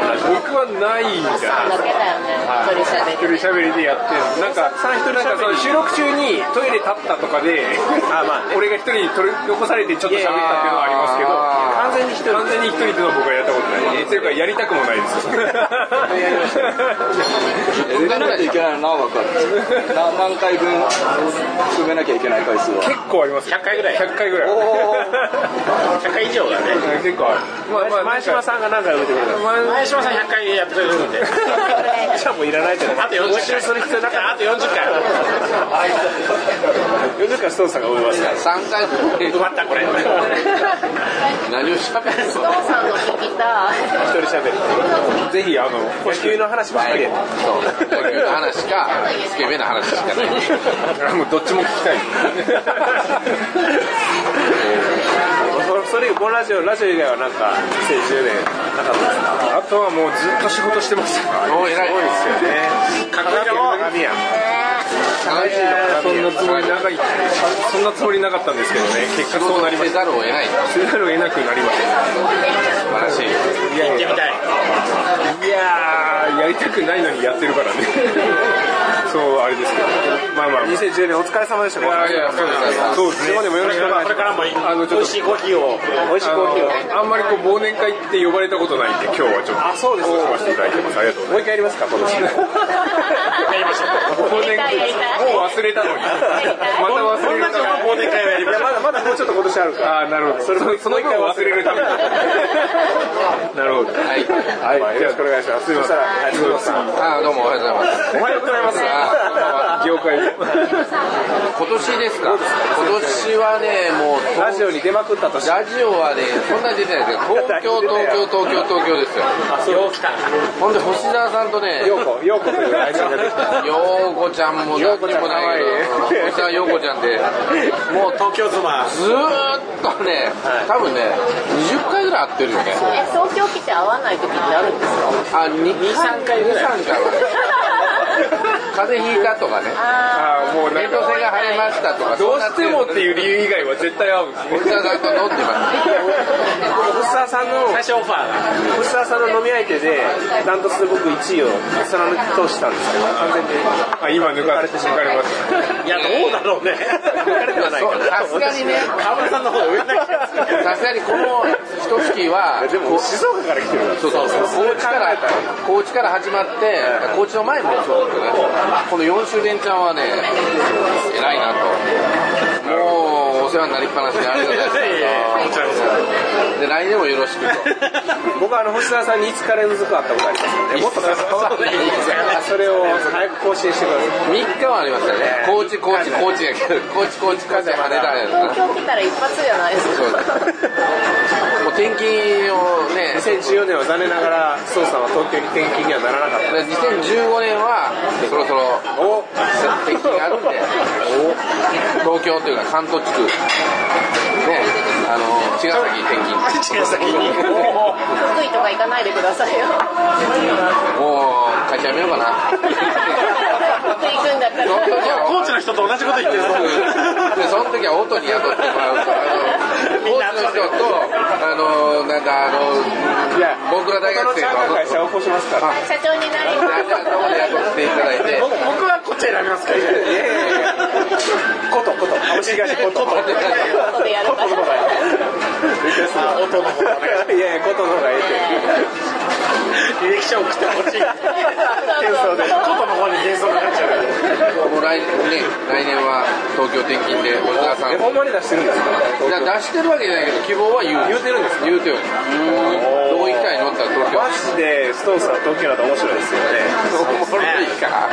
A: ボンラジオ
G: 僕はないんだ
D: さんだけだよね一人喋
G: 一人
D: り
G: 喋りでやってるなんか
A: さん一人
G: なんか
A: 喋
G: その
A: り
G: 収録中にトイレ立ったとかで
A: あまあね
G: 俺が一人に取り残されてちょっと喋ったっていうのはありますけど完全に一人完全に一人っていうのは僕はやったことないっていうかやりたくもないです
B: 埋めなきゃいけないの何枠あるんですかな何回分埋めなきゃいけない回数は
G: 結構あります100回ぐらい100回ぐらい
F: 100回以上がね。
G: 結構あるまあまあ
A: 前島さんが何回埋めてくれたの
F: 前島さん100回やってくれるんで。
A: じゃあもういらないじゃない
F: あと40回。する必要なかった。あと40回。
A: 40回ストーンさんが埋めますから
C: 三回
F: 埋まった、これ。
C: 何を喋るの
D: 父さんの聞きたい
A: 一人喋り
G: ぜひあの
A: 野球の話ばっかりや
C: そう。野球の話か、スケベな話しかない。
G: もうどっちも聞きたい
A: そそれ以外ボンラジオラジオ以外はなんか2010年なかったですか
G: あ とはもうずっと仕事してました
C: もう偉い。
A: 鏡や
D: ね
A: そんなつもり長いそんなつもりなかったんですけどね結果そうなりました
C: ざるを得ない。
A: せざるを得なくなりました
C: 素晴らしい。
A: いやいやいやーやりたくないのにやってるからねそうあれですけどまあまあ
F: 2010年お疲れ様でした。
A: いやいやそうですそうですね
F: 今でもよろしくお願いし
I: これからもいい
A: あのち
I: 美
A: ょっ
I: 味しいコーヒーを
F: ます。美味しいコーヒーをね。
A: とあんまりこう忘年会って呼ばれたことないんで今日はちょっと
F: あそうです
A: 来させていただいてますありがとうござい
F: もう一回やりますか、今年。
A: ます
I: やりましょう。
A: 忘年会
D: やりたい
A: もう忘れたのにまた忘れるから
I: 忘年会をやり
F: いや、まだまだもうちょっと今年あるから。
A: ああなるほどそ
F: それも
A: れその一回忘れるためになるほど
C: はい。
F: はい、よろしくお願いします。そしたら、はい、次
C: あーどうもおはようございます。
F: おはようございます。
C: あ
A: 業界で
C: 今年ですか。今年はね、もう
F: ラジオに出まくったとして。
C: ラジオはね、そんなに出てないですけど、東京、東京、東京、東京です
I: よ
C: よ。
I: う来た。
C: ほんで、星沢さんとね、
F: ようこ、ようこという愛称が出てきた。
C: ようこちゃんも何にもないけど、星沢ようこちゃんで、
I: もう東京妻。
C: ずーっとね、多分ね、20回ぐらい会ってるよね。
D: え東京来て会わない時ってあるんですか
C: あ、2、3回ぐらい。2、3回はね。風邪ひいたとかね、
A: ああもうな
C: 扁
A: んか
C: 桃腺が腫れましたとか、
A: どうしてもっていう理由以外は絶対合うんですね
C: 星沢さんと飲んでます。
F: 藤沢さんの、
I: 最初オファーが。
F: 藤沢さんの飲み相手で、ダントツで僕1位を貫き通したんですけど、完全に。
A: あ今抜かれてしまいました
I: いや、どうだろうね。
F: 疲れてはない
C: そう
F: かな。
C: さすがにね、
I: 河村さんの方が上な気がする。
C: さすがにこの一月は、
F: でも、静岡から来てるから。
C: そうそう高知から高知から始まって高知の前もそうだけどねこの4周連チャンはね偉いなともうお世話になりっぱなしでありがとうござい ますで来年もよろしくと
F: 僕はあの、星沢さんにいつカレーのずくあったことありますので、もっとさそれを早く更新してください。
C: 3日はありましたね高知高知高知やけど高知高知高知羽田やな
D: 東京来たら一発じゃないです
C: そうだ
D: か
C: もう転勤をね
F: 2014年は残念ながら、宋さんは東京に転勤にはならなかっ
C: で2015年はそろそろ接近があるんで東京というか関東地区ねあの茅ヶ崎に転勤
D: 福井とか行かないでくださいよ
C: もう会社辞めようかな
D: 福井行くんだから
C: その時は
I: 高知の人と同じこと言ってるぞ。
C: でその時は音に雇ってもらうとあの大津の人とあのなんかあの
F: た。いや、
C: 僕ら大
F: 他の
C: 学
F: チ
C: 生と
F: ャンカー会社を起こしますから。
D: 社長に なりま
C: あじゃあどこで雇っていただいて
I: 僕僕はこっち選びますから。
F: いやいやいやこと、こと、株式会社こと。こと
C: で
D: すことでやるから
I: 音の方がね
F: いやいや、ことの方がえ
I: 履歴書送ってほしい。
F: えって。そうで。
I: ことの方に幻想がな っちゃうから。
C: もう来年ね来年は東京転勤で小沢さん
F: え、ほんまに出してるんですか
C: いや出してるわけじゃないけど希望は言う言うてるんです言うてるどこ行きたいのって言ったら東京
F: マジで、ストーンさん東京だと面白いですよ ね。
C: これでいいか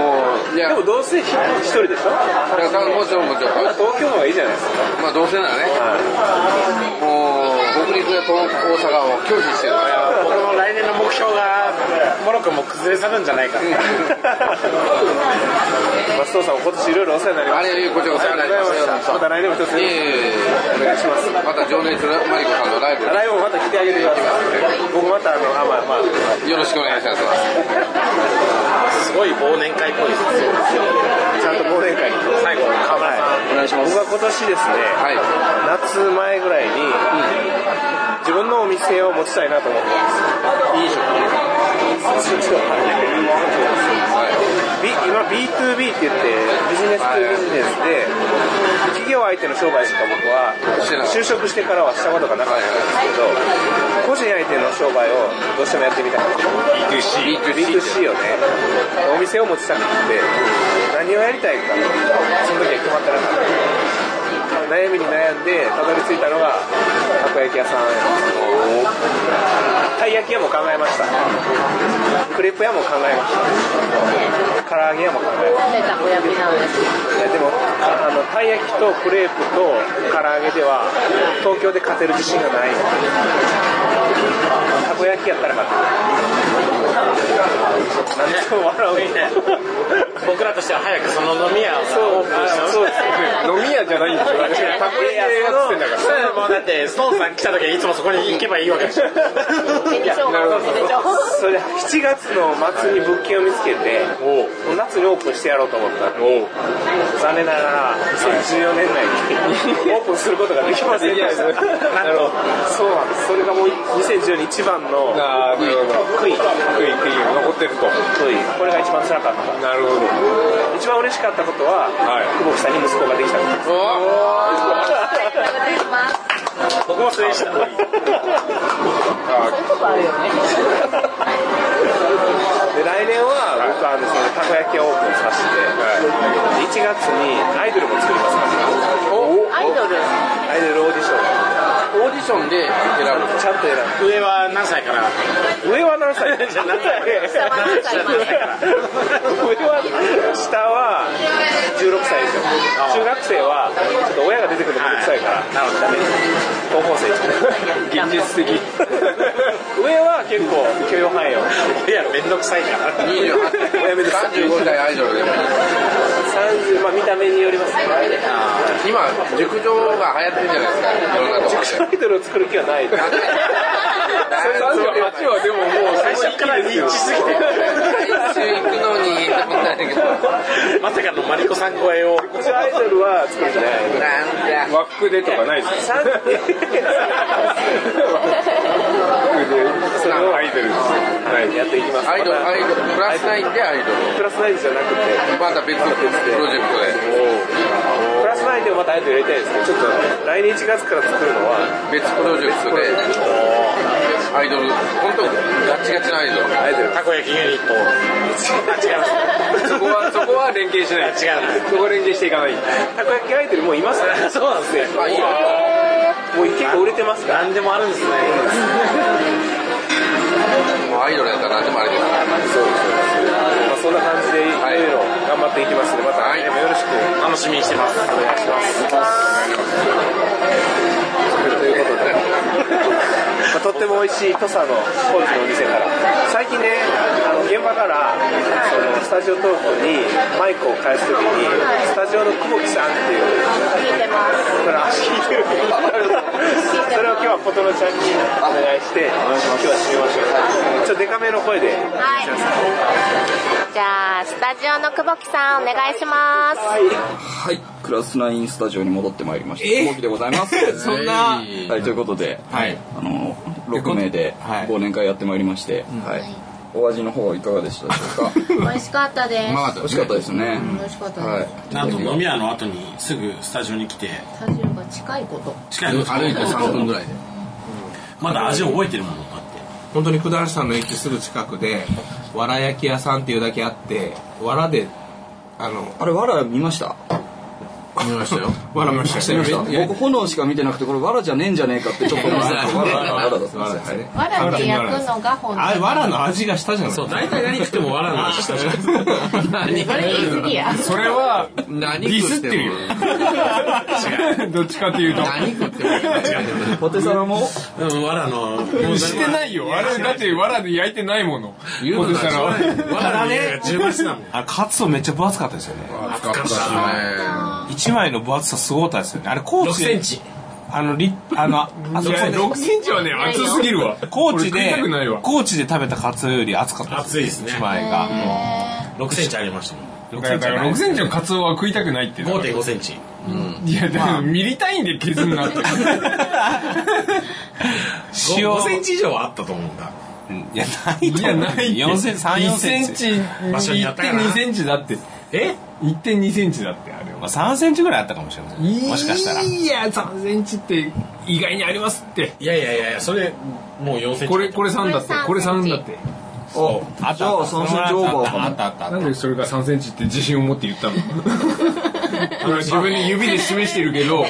C: もういや
F: でも、どうせ一人でしょ
C: だから多分もちろんもちろん
F: 東京の方がいいじゃないですか。
C: まあどうせならねもう北陸や東大阪を拒否してるから
I: 僕の来年の目標がモロッコも崩れ去るんじゃないか
F: マストーンさんも今年いろいろお世話になりま
C: あ
F: し。
C: れこちらこそありがとうございました
F: また来年も一つ
C: たいえ
F: お
C: いえいえ
F: 願いします。
C: また情熱のマリコさんのライブ
F: ライブもまた来てあげてください。僕またあの、あ、まあまあ。
C: よろしくお願いします
I: らすごい忘年会っぽいですね
F: ちゃんと忘年会に最後の河村さん、お願いします僕は今年ですね、
C: はい
F: 夏前ぐらいに、自分のお店を持ちたいなと思ってます飲食
C: は
F: 今 B2B って言ってビジネスとビジネスで企業相手の商売しか僕はい
C: してない
F: 就職してからはしたことがなかったんですけど個人相手の商売をどうしてもやってみたかった
A: B2C
F: B2C をねお店を持ちたくって何をやりたいかその時は決まってなかった悩みに悩んでたどり着いたのがたこ焼き屋さんたい焼き屋も考えましたクレープ屋も考えました唐揚げ屋も考えました
D: なんでたこ焼きなんですか
F: いやでもああのたい焼きとクレープと唐揚げでは東京で勝てる自信がないたこ焼きやったら勝てる何でも笑う僕らとしては早くその飲み屋をさオープンしてほしい
E: そうですよね飲み屋じゃないんですよ
F: いや
E: タコ焼き屋っつってんだから
F: そうもうだってストーンさん来た時はいつもそこに行けばいいわけでしょ
J: 紅しょうがの紅しょうが
K: それで7月の末に物件を見つけて
F: おう
K: 夏にオープンしてやろうと思った
F: おう
K: 残念ながら2014年 内にオープンすることができませんでした
E: できないです
K: なるほどそうなんですそれがもう2014年一番の
E: ああなるほど
K: 悔い
E: 福井っていうのが残ってると
K: 悔いこれが一番辛かった
E: なるほど
K: 一番嬉しかったことは、
E: はい
K: 久保木さんに息子ができたことです
F: 僕もそれでした
J: そういうとこあるよね。
K: で来年は僕はあのそのたこ焼きをオープンさせて、1月にアイドルも作りますから
J: アイドル。
K: アイドルオーディション
C: オーディションで選ぶ
K: ちゃんと選
F: 上は何歳から
K: ぶ上は何歳じゃ何歳
J: 下は何歳まで。
K: 上は下は16歳ですよ中学生はちょっと親が出てくるのめんどくさいから、
F: なるほど
K: 高校生一年現実的上は結構許容範囲を
F: いやめんどくさいから
C: 28 31代アイドルでもいい
K: 30まあ見た目によりますね
C: 今熟女が流行ってるじゃないですかいろんなとこで
K: アイドルを作る気はない
C: なんで
E: 38はでももう
F: 最初から認知すぎて
C: 一周行くのにってことないんだけど
F: まさかのマリコさん超えを
K: うちアイドルは作る気ない
C: なんだ
E: 和服でとかないですか
K: 三
E: 和服でなんかアイドルですはい
K: やっていきます
C: アイドル
K: ま
C: アイドルプラスナインでアイドル
K: たプラスナインじゃなくて
C: また別のプロジェクトで
K: プラスナインでもまたアイドルやりたいですねちょっと来年1月から作るのは
C: 別プロジェクトでアイドル本当ガチガチのアイドル
K: アイドル
F: たこ焼きユニットをあ違います
E: そこ はそこは連携しない
F: 違う
E: そこは連携していかない
K: たこ焼きアイドルもういますねそうなんですよ
C: あいいよ
K: もう結構売れてますから
F: 何でもあるんですね
C: もうアイドルやったら何でもあれですから
K: そうですまあそんな感じでいろいろ頑張っていきますのでまた来年もよろしく
F: 楽しみにしてます
K: お願いしますということで、まあ、とっても美味しい土佐の高知のお店から最近ねあの現場からそのスタジオトークにマイクを返すときにスタジオの久保木さんっていう
J: 聞いてます。
K: それ足引いてるそれを今日は琴乃ちゃんにお願いして今日は締めましょうちょっとデカめの声で
J: はい。じゃあ、スタジオの久保木さん、お願いします。
B: はい、クラスナインスタジオに戻ってまいりました。飛行機でございます。
A: そんな、
B: はい、ということで、
A: はい
B: あの6名で
A: はい
B: 忘年会やってまいりまして、はい。お味の方はいかがでしたでしょうか。
D: 美味しかったです。
A: まあ
B: 美味しかったですね。
D: 美味しかったです。
B: はい。
F: なんと飲み屋の後にすぐスタジオに来て
D: スタジオが近いこと。
F: 近いの
A: 歩いて3分ぐらいで
F: まだ味覚えてるものだっ
A: 本当に九段下の駅すぐ近くでわら焼き屋さんっていうだけあってわらであの
B: あれわら見ました。
A: 見ましたよわら見ました
B: 見
A: よ
B: ました。
A: いや
B: 僕炎しか見てなくてこれわらじゃねえんじゃねえかってちょっと思ってた。わらわらだったんですよ。
D: わらって焼くのが本
A: あれわらの味がしたじゃないそう
L: 大体何食っても笑うのしたじゃん。
D: 当。それ言い過ぎや。
L: それは、
A: 何
L: ディスってるよ。
A: どっちかというと
L: 何食っても違
B: ポテサラも
L: うん、わらの、もう何も
A: してないよあれだってわらで焼いてないもの
L: 言う
A: ポ
L: の
A: テサラは
L: わらね、十分だもん。
A: あれカツオめっちゃ分厚かったですよね
L: かった
A: 一枚の分厚さすごかったですよねあれ高知
L: 6センチ。
A: あのリあのあそこで
E: 6センチはね厚すぎるわ
A: 高
E: 俺
A: 知
E: 食い
A: で
E: たくないわ
A: 高知で食べたカツオより厚かった
L: 熱いですね
A: 一。枚が
L: 6センチあげましたもん。
E: だから6センチのカツオは食いたくないって言う
L: 5.5センチ。
E: いやでもミリ単位で削んなって
A: 塩
L: 5センチ以上はあったと思うんだ。
A: いやない
E: いやない
A: 4センチ3 4セン
E: 1
A: チ
E: センチ
L: 場所によってはな
E: 1.2センチだってえ1.2センチだってあれは
A: まあ、3センチぐらいあったかもしれませんもしかしたら
E: いや3センチって意外にありますって
L: いやいやいやいや、それ、もう4センチ。
E: これこれ3だってこ
J: こ
E: れ
J: れ三
E: 3だって
A: あ
B: じゃあ3センチオーバーか
A: あったあったあった
E: なんでそれが3センチって自信を持って言ったのあ の自分で指で示してるけど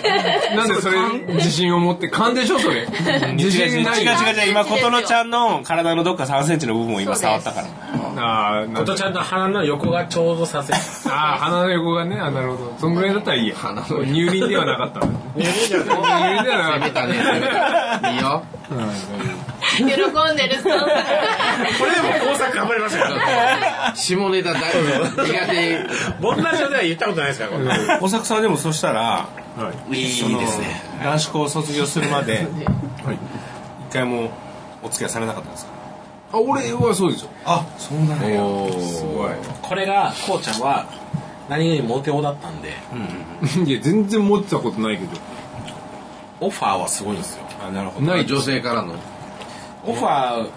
E: なんでそれ自信を持って勘でしょそれ自信ない
D: 違う違う
A: 今琴乃ちゃんの体のどっか3センチの部分を今触ったから
E: ああなん
L: こと
E: だ
L: ちゃんの鼻の横がちょうどさせる。
E: あー鼻の横がねあなるほどそんぐらいだったらいいや乳輪ではなかった乳輪ではなかった
L: ね。
E: うん
D: 喜んでるストンさん
F: これでも工作頑張りましたからね
C: 下ネタ大苦手
F: ボンラジオでは言ったことないですからこんなの
A: 大作さんでもそしたら、
C: いい
A: その
C: ですね
A: 男子校を卒業するまで、一回もお付き合いされなかったんですか
C: あ俺はそうでしょ
A: あそうなのよすごい
F: これがこうちゃんは何気にモテ男だったんで
A: いや全然持ってたことないけど
F: オファーはすごいんですよ
A: あなるほど
C: ない女性からの
F: オファ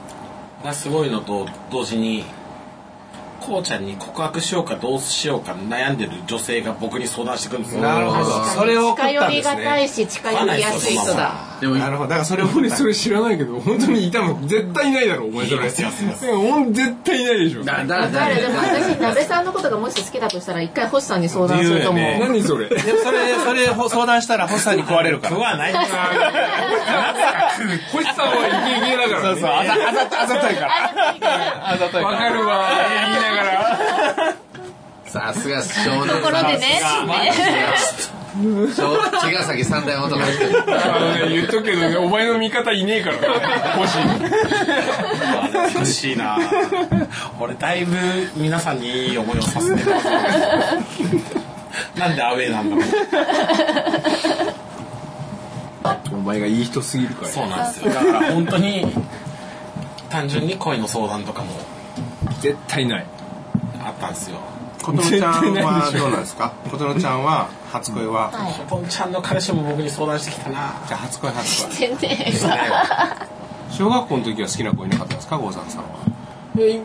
F: ーがすごいのと同時にこうちゃんに告白しようかどうしようか悩んでる女性が僕に相談してくるんですよ
A: なるほどそれを送
D: 近
A: った
D: 寄
A: んで
D: り
A: す
D: がた
A: ね
D: いし近寄りやすい人だ
C: でも
A: なるほどだからそれを俺それ知らないけど本当にいたの絶対いないだろお前それ
F: いますいますいます
A: いやほん絶対いないでしょ
C: だだ
D: わかるで
C: 誰
D: も私鍋さんのことがもし好きだとしたら一回星さんに相談すると思う
F: 言うよね
A: 何それでもそれそれ相談したら星さんに壊れる
F: 食わないんですよ
A: 星さんはイケイケだから、そうそうあざあざあざといからあざといからわかるわ言いながら
C: さすが少年
D: ところでね
C: 茅ヶ崎三大男
A: あのね言っとくけどねお前の味方いねえからね星
F: 苦しいな俺だいぶ皆さんにいい思いをさせてますなんでアウェーなんだろう
A: お前がいい人すぎるから
F: そうなんですよだから本当に単純に恋の相談とかも
A: 絶対ない
F: あったんですよ
M: 琴乃ちゃんはどうなんですか琴乃ちゃんは初恋は、
F: ポンちゃんの彼氏も僕に相談してきたな
A: じゃあ初恋初恋
D: 全然
A: 小学校の時は好きな子いなかったんですか郷さんさんは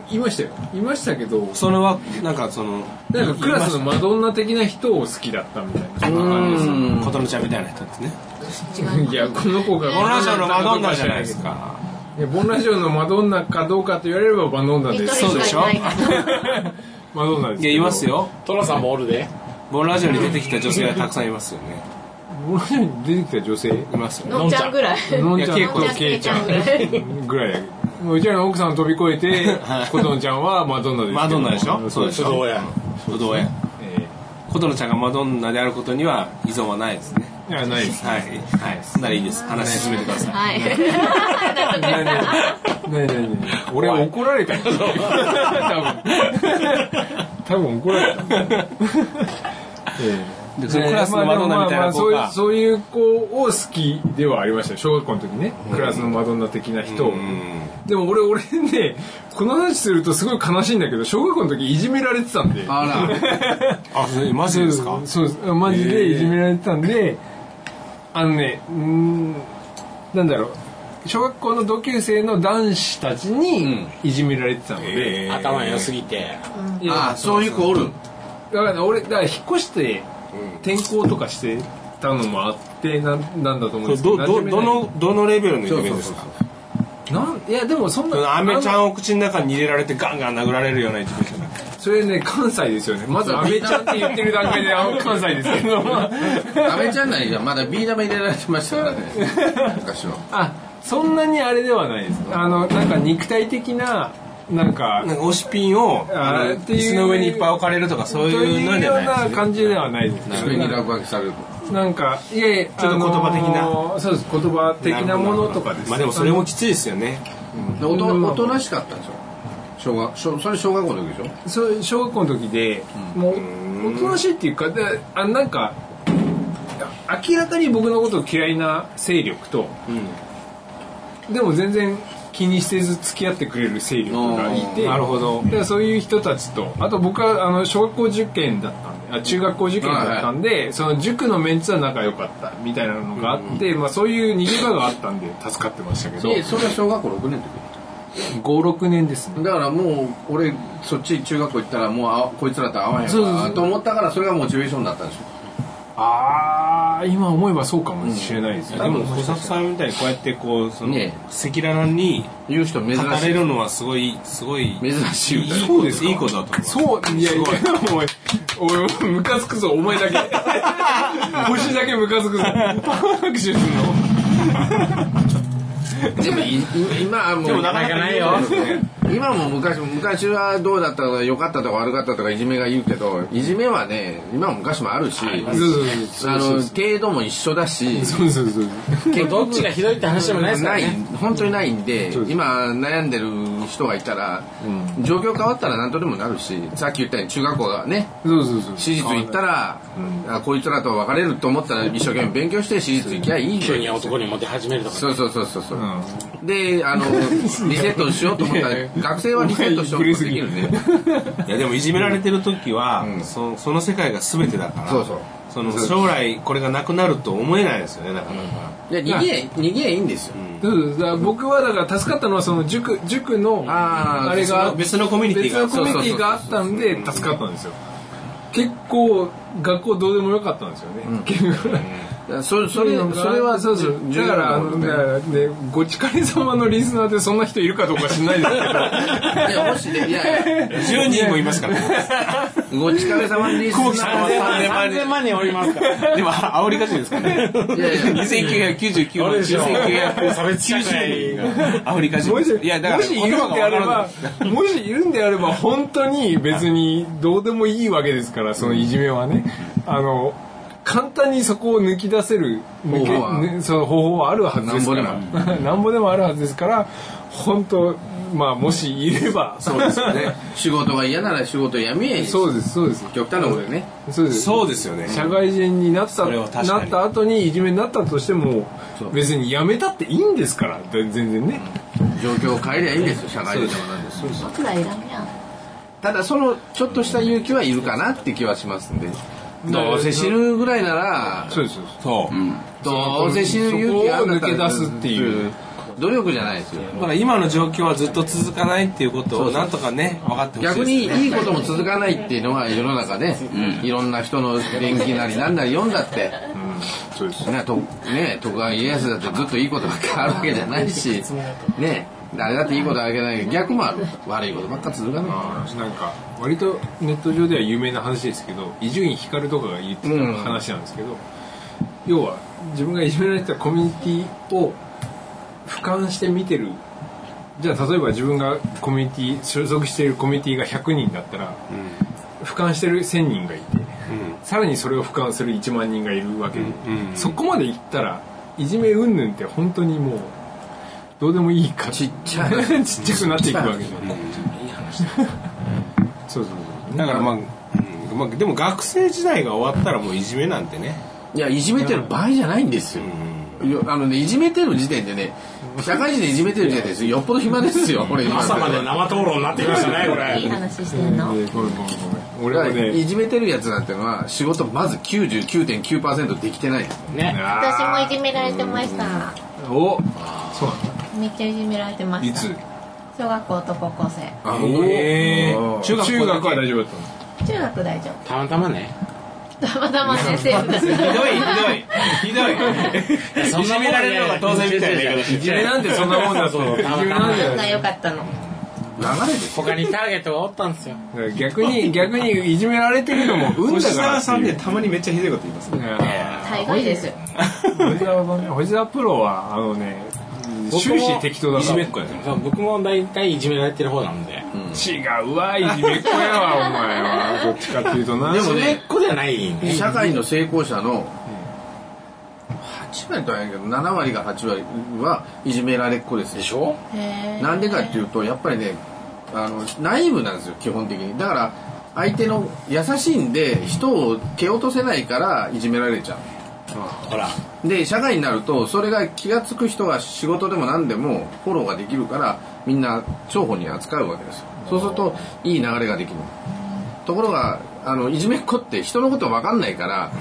A: い
G: ましたよいましたけど
A: それはなんかその
G: なんかクラスのマドンナ的な人を好きだったみたいな
A: 琴乃ちゃんみたいな人ですね
G: いやこの子が
A: この人のマドンナじゃないですか
G: いやボンラジオのマドンナかどうかと言われればマドンナです
D: そうでしょ
G: マドンナです
A: いやいます
G: よ
A: よ
F: トラさんもおるで
A: ボンラジオに出てきた女性はたくさんいますよね
G: ボンラジオに出てきた女性いますよ
D: のんちゃんぐらい
G: の
A: い
G: ん
A: や
G: ちゃん
A: 結
D: の
A: 構
D: んちゃんけ
A: ケ
D: い
A: イ
D: ち
A: ち
D: ゃ
A: ゃ
D: ん
A: ん
D: ぐらい
G: ぐらいだけどもううちらの奥さんを飛び越えて琴乃ちゃんはマドンナですけど
A: マドンナでしょそうでしょ
F: どうや
A: 不動園
G: え
A: 琴乃ちゃんがマドンナであることには依存はないですね
G: えいやないです
A: はいはいすんならいいです話進めてください
D: はい
G: 何何何何俺怒られ たよ多分多分怒られた、ええ
A: でそのクラスのマドンナみたいな子
G: まあまあまあ
A: が
G: そういうそういう子を好きではありましたよ小学校の時ねクラスのマドンナ的な人をでも俺俺ねこの話するとすごい悲しいんだけど小学校の時いじめられてたんで
C: あら
A: あそれマジですか
G: そうですマジでいじめられてたんで、あのねうーんなんだろう小学校の同級生の男子たちにいじめられてたので、
F: 頭良すぎて
G: いや
C: あそういう子おる
G: だから俺だから引っ越して転校とかしてたのもあってなんなんだと思うんですけど
M: どど
G: 馴染め
M: ど
G: ない
M: のどのレベルのイケメンですか
G: なんいやでもそんな
M: アメちゃんを口の中に入れられてガンガン殴られるようなイケメンじゃなくて
G: それね関西ですよねまず「アメちゃん」って言ってる段階であ関西ですけど
C: 阿部ちゃんないじゃんまだビー玉入れられてましたからね昔は
G: あそんなにあれではないですあのなんか肉体的ななんか
M: なんか推しピンを
G: あー
M: あの
G: っていう
M: 椅子の上にいっぱい置かれるとかそういうのじゃ
G: よう
M: ない
G: な
M: ですね
G: 感じではないですね
C: 机に落書きされる
G: なんかいやいや
M: ちょっと言葉的な
G: あのーそうです言葉的なものとかです
M: まあでもそれもきついですよね
C: でおとおとなしかったでしょ小学小それ小学校の時でし
G: そう小学校の時で、もうおとなしいっていうかであなんか明らかに僕のことを嫌いな勢力と、でも全然気にせず付き合ってくれる勢力がいて
M: なるほど
G: だからそういう人たちとあと僕はあの小学校受験だったんであ中学校受験だったんで、その塾のメンツは仲良かったみたいなのがあって、まあ、そういう逃げ場があったんで助かってましたけ
C: ょ
G: ど
C: いやそれは小学校6年の時
G: 56年ですね
C: だからもう俺そっち中学校行ったらもうあこいつらと会わへん
G: そうそうそ
C: わ
G: う
C: と思ったからそれがモチベーションだったんでしょ
G: ああ今思えばそうかもしれないですね、
M: でも小作さんみたいにこうやってこうその
C: ねえ
M: 赤裸々に
C: 言う人珍し
M: 語れ
C: い
M: るのはすごいすごい
C: 珍しい歌い
M: そうですいいことだと思う
G: そういやいやおいおいムカつくぞお前 だけ星だけムカつくぞ握手すんの
C: でもい今はもう
F: でもなかなかないよ
C: 今も昔も昔はどうだったとか良かったとか悪かったとかいじめが言うけどいじめはね今も昔もあるし
A: そうそうそう
C: あの程度も一緒だし
A: そうそうそう
F: 結構どっちがひどいって話でもないですから
C: ない
F: ね
C: 本当にないんで今悩んでる人がいたら状況変わったら何とでもなるしさっき言ったように中学校がね
A: そうそうそう
C: 私立行ったら、あこいつらと別れると思ったら一生懸命勉強して私立行きゃいい
F: 急に男にモテ始めるとか
C: そうそうそうそうそう、であのリセットしようと思ったら学生はリセットしようとできるね
G: いやでもいじめられてる時は、そその世界が全てだから
C: そうそう
G: その将来これがなくなると思えないですよねなかなか、
C: いや逃げ逃げいいんですよ、
A: そうだから僕はだから助かったのはその塾塾の
C: あー
A: あれが
G: 別の別のコミュニティが
A: 別のコミュニティがあったんで助かったんですよ結構学校どうでもよかったんですよね、
C: そそれそれは
A: そうそうだからあのだからねごちかれ様のリスナーでそんな人いるかどうか知んないですけど
C: いやもしねいやいや
G: 10人もいますから
C: ごちかれ様にリスナー
G: さん
C: は
F: 3000万人おりますから
G: でも煽り方ですかね
C: いやいや
G: 2999万2990
F: 差別社会が
G: 煽り方
A: もし
G: いやだか
A: も
G: ら
A: しいるんであればもしいるんであれば本当に別にどうでもいいわけですからそのいじめはねあの簡単にそこを抜き出せる抜け
C: 方法は
A: ねその方法はあるはずですから
C: なんぼ
A: なんぼでもあるはずですから本当まあもしいれば
C: そうですよね仕事が嫌なら仕事辞めえ
A: そうですそうです
C: 極端なことでね
A: そうです
G: そうですよね
A: 社会人になった
G: それは確かに
A: なった後にいじめになったとしても
C: そう
A: 別にやめたっていいんですから全然ね
C: 状況を変えりゃいいんですよ社会人でもなんですよ
D: くらいらんやん
C: ただそのちょっとした勇気はいるかなって気はしますんでどうせ死ぬぐらいなら
A: そうですそうです
G: そう、
C: どうせ死ぬ勇気あるんだったら
A: そこを抜け出すっていう
C: 努力じゃないですよ
G: だから今の状況はずっと続かないっていうことをなんとかね分かってほしいです
C: 逆に
G: ね
C: いいことも続かないっていうのが世の中ね、いろんな人の伝記なりなんなり読んだって、
A: そうです
C: ねとね徳川家康だってずっといいことばっかあるわけじゃないしね誰だっていいことあるわけじゃないけど逆もある悪いことばっか続かな
A: なんか割とネット上では有名な話ですけど伊集院光とかが言ってた話なんですけど、要は自分がいじめられてたコミュニティを俯瞰して見てるじゃあ例えば自分がコミュニティ所属しているコミュニティが100人だったら、俯瞰してる1000人がいて、さらにそれを俯瞰する1万人がいるわけで、そこまでいったらいじめ云々って本当にもうどうでもいいかちっちゃ ちっちゃくなっていくわけじゃないそうそうそう
G: だからまあ、うんまあ、でも学生時代が終わったらもういじめなんてね
C: いいやいじめてる場合じゃないんですよ、いやあのねいじめてる時点でね社会人でいじめてる時点ですよよっぽど暇ですよこれ
F: 朝まで生討論になってきましたねこ
D: いい
F: れ
D: 話してんの
A: ごめんごめんごめん俺
C: だ
A: は
C: から
A: ね
C: いじめてるやつなんてのは仕事まず99.9%できてない
F: ね
D: 私もいじめられてました
A: おそうなん
D: めっちゃいじめられてま
A: だい
D: した
A: つ
D: 小学校と高校生
C: あ
G: え
C: お
G: ー
C: ー
G: 中学
A: 中
G: 校だ
A: 学
G: け
A: は大丈夫だった
D: 中学大丈夫
F: たまたまね
D: たまたま先生だ
G: ひどいひどいひどい
F: そんなもん
G: いじ
F: ね
G: められるのが当然みたいな言い方して
A: のいじめなんてそんなもんだと
F: そう
A: いじめなんだ
D: そん
A: よ
D: な良かったの
C: 流れで
F: 他にターゲットがおったんですよ
A: 逆に逆にいじめられてるのも運
G: 星
A: だから
G: 沢
A: って
G: さ
A: い
G: んね
A: う
G: たまにめっちゃひどいこと言いますね
D: 大概ですよ
A: 星沢さんね星沢プロはあのね終始適当だ
G: いじ
A: か
G: め
A: ら
G: っ子やね
F: そう僕も大体いじめられてる方なんで
A: 違うわいじめっ子やわお前はどっちかっていうとな
C: でも
F: いじめっ
C: ね
F: 子じゃないんで
C: 社会の成功者の8割とは言えんけど7割が8割はいじめられっ子ですでしょ
D: へー
C: なんでかっていうとやっぱりねあのナイーブなんですよ基本的にだから相手の優しいんで人を蹴落とせないからいじめられちゃう
F: ほら
C: で社会になるとそれが気が付く人が仕事でも何でもフォローができるからみんな重宝に扱うわけですよそうするといい流れができるところがあのいじめっ子って人のこと分かんないから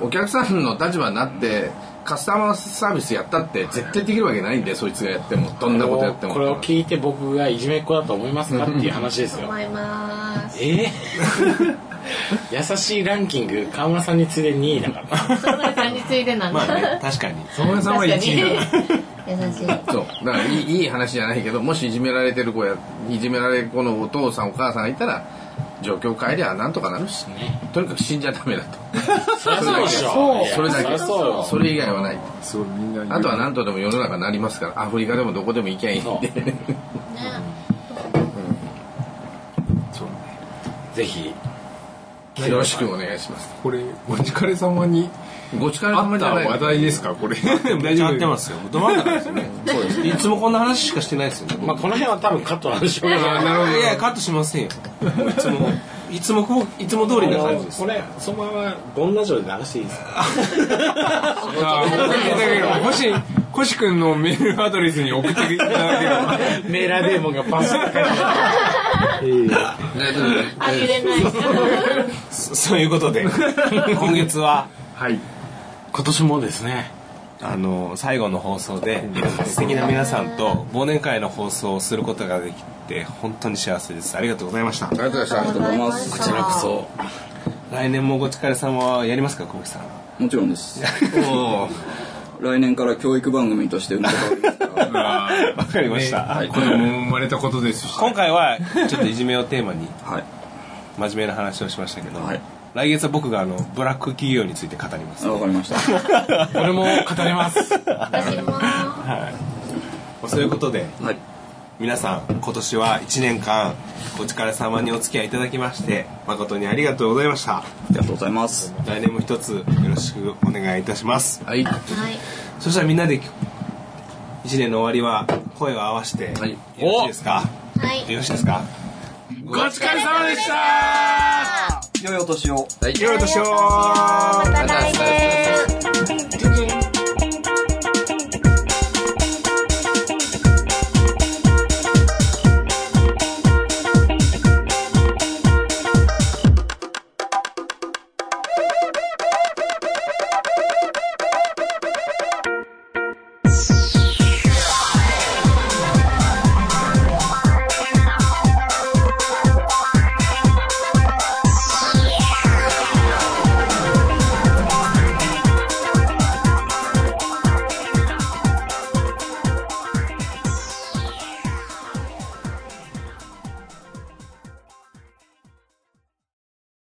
C: お客さんの立場になってカスタマーサービスやったって絶対できるわけないんでそいつがやってもどんなことやっても
F: これを聞いて僕がいじめっ子だと思いますかっていう話ですよ
D: 思います
F: えー 優しいランキング川村さんに次いで2位だから
D: そんな感じついでなん
G: まあね
D: だ
G: 確かに
A: そのさんは1位だ
D: 確かに優しい
C: そうだからいいいい話じゃないけどもしいじめられてる子やいじめられる子のお父さんお母さんがいたら状況を変えりゃなんとかなるし、とにかく死んじゃダメだと
F: そりゃそうでしょ
C: それだ
F: い
C: け
F: やそり
C: それだけ
F: ゃそうよ
C: それ以外はない
G: すごいみんな
C: あとは何とでも世の中なりますからアフリカでもどこでも行きゃいい んで
F: ぜひ
C: よろしくお願いします
G: これお疲れ様に
C: ご疲れ様じゃな
G: あっ
C: い
G: た話題ですかこれ大丈夫ってますよ
A: ど真ん中ですよね。そうです。いつもこんな話しかしてないですよね。まあこの辺は多分カットなんでしょうけど。
G: あーなるほど
A: いやカットしませんよ。いつもいつもこういつも通りな感じです。
F: これそのままボンラジオで流していいですか
G: あー送っていただければ星星君のメールアドレスに送っていただければ
F: メーラーデーモンがパスッ
D: あげれない。
A: そそういうことで今月は
C: はい
A: 今年もですねあの最後の放送で素敵な皆さんと忘年会の放送をすることができて本当に幸せですありがとうございました
C: ありがとうございました
A: こちらこそ来年もご疲れ様はやりますか小木さん
B: もちろんです来年から教育番組として生まれ変わります
A: わかりました、
G: 子供も生まれたことですし
A: 今回はちょっといじめをテーマに 真面目な話をしましたけど、来月は僕があのブラック企業について語ります
B: わかりました
A: 俺も語ります
D: 私も。
A: はい、そういうことで、皆さん今年は1年間お疲れ様にお付き合いいただきまして誠にありがとうございましたあ
B: りがとうございます
A: 来年も一つよろしくお願いいたします
C: はい
D: はい。
A: そしたらみんなで1年の終わりは声を合わせて、よろしいですか
D: はい。
A: よろしいですか
D: ご疲れ様でした。
B: 良いお年を
C: はい
A: よいお年を
D: また来年。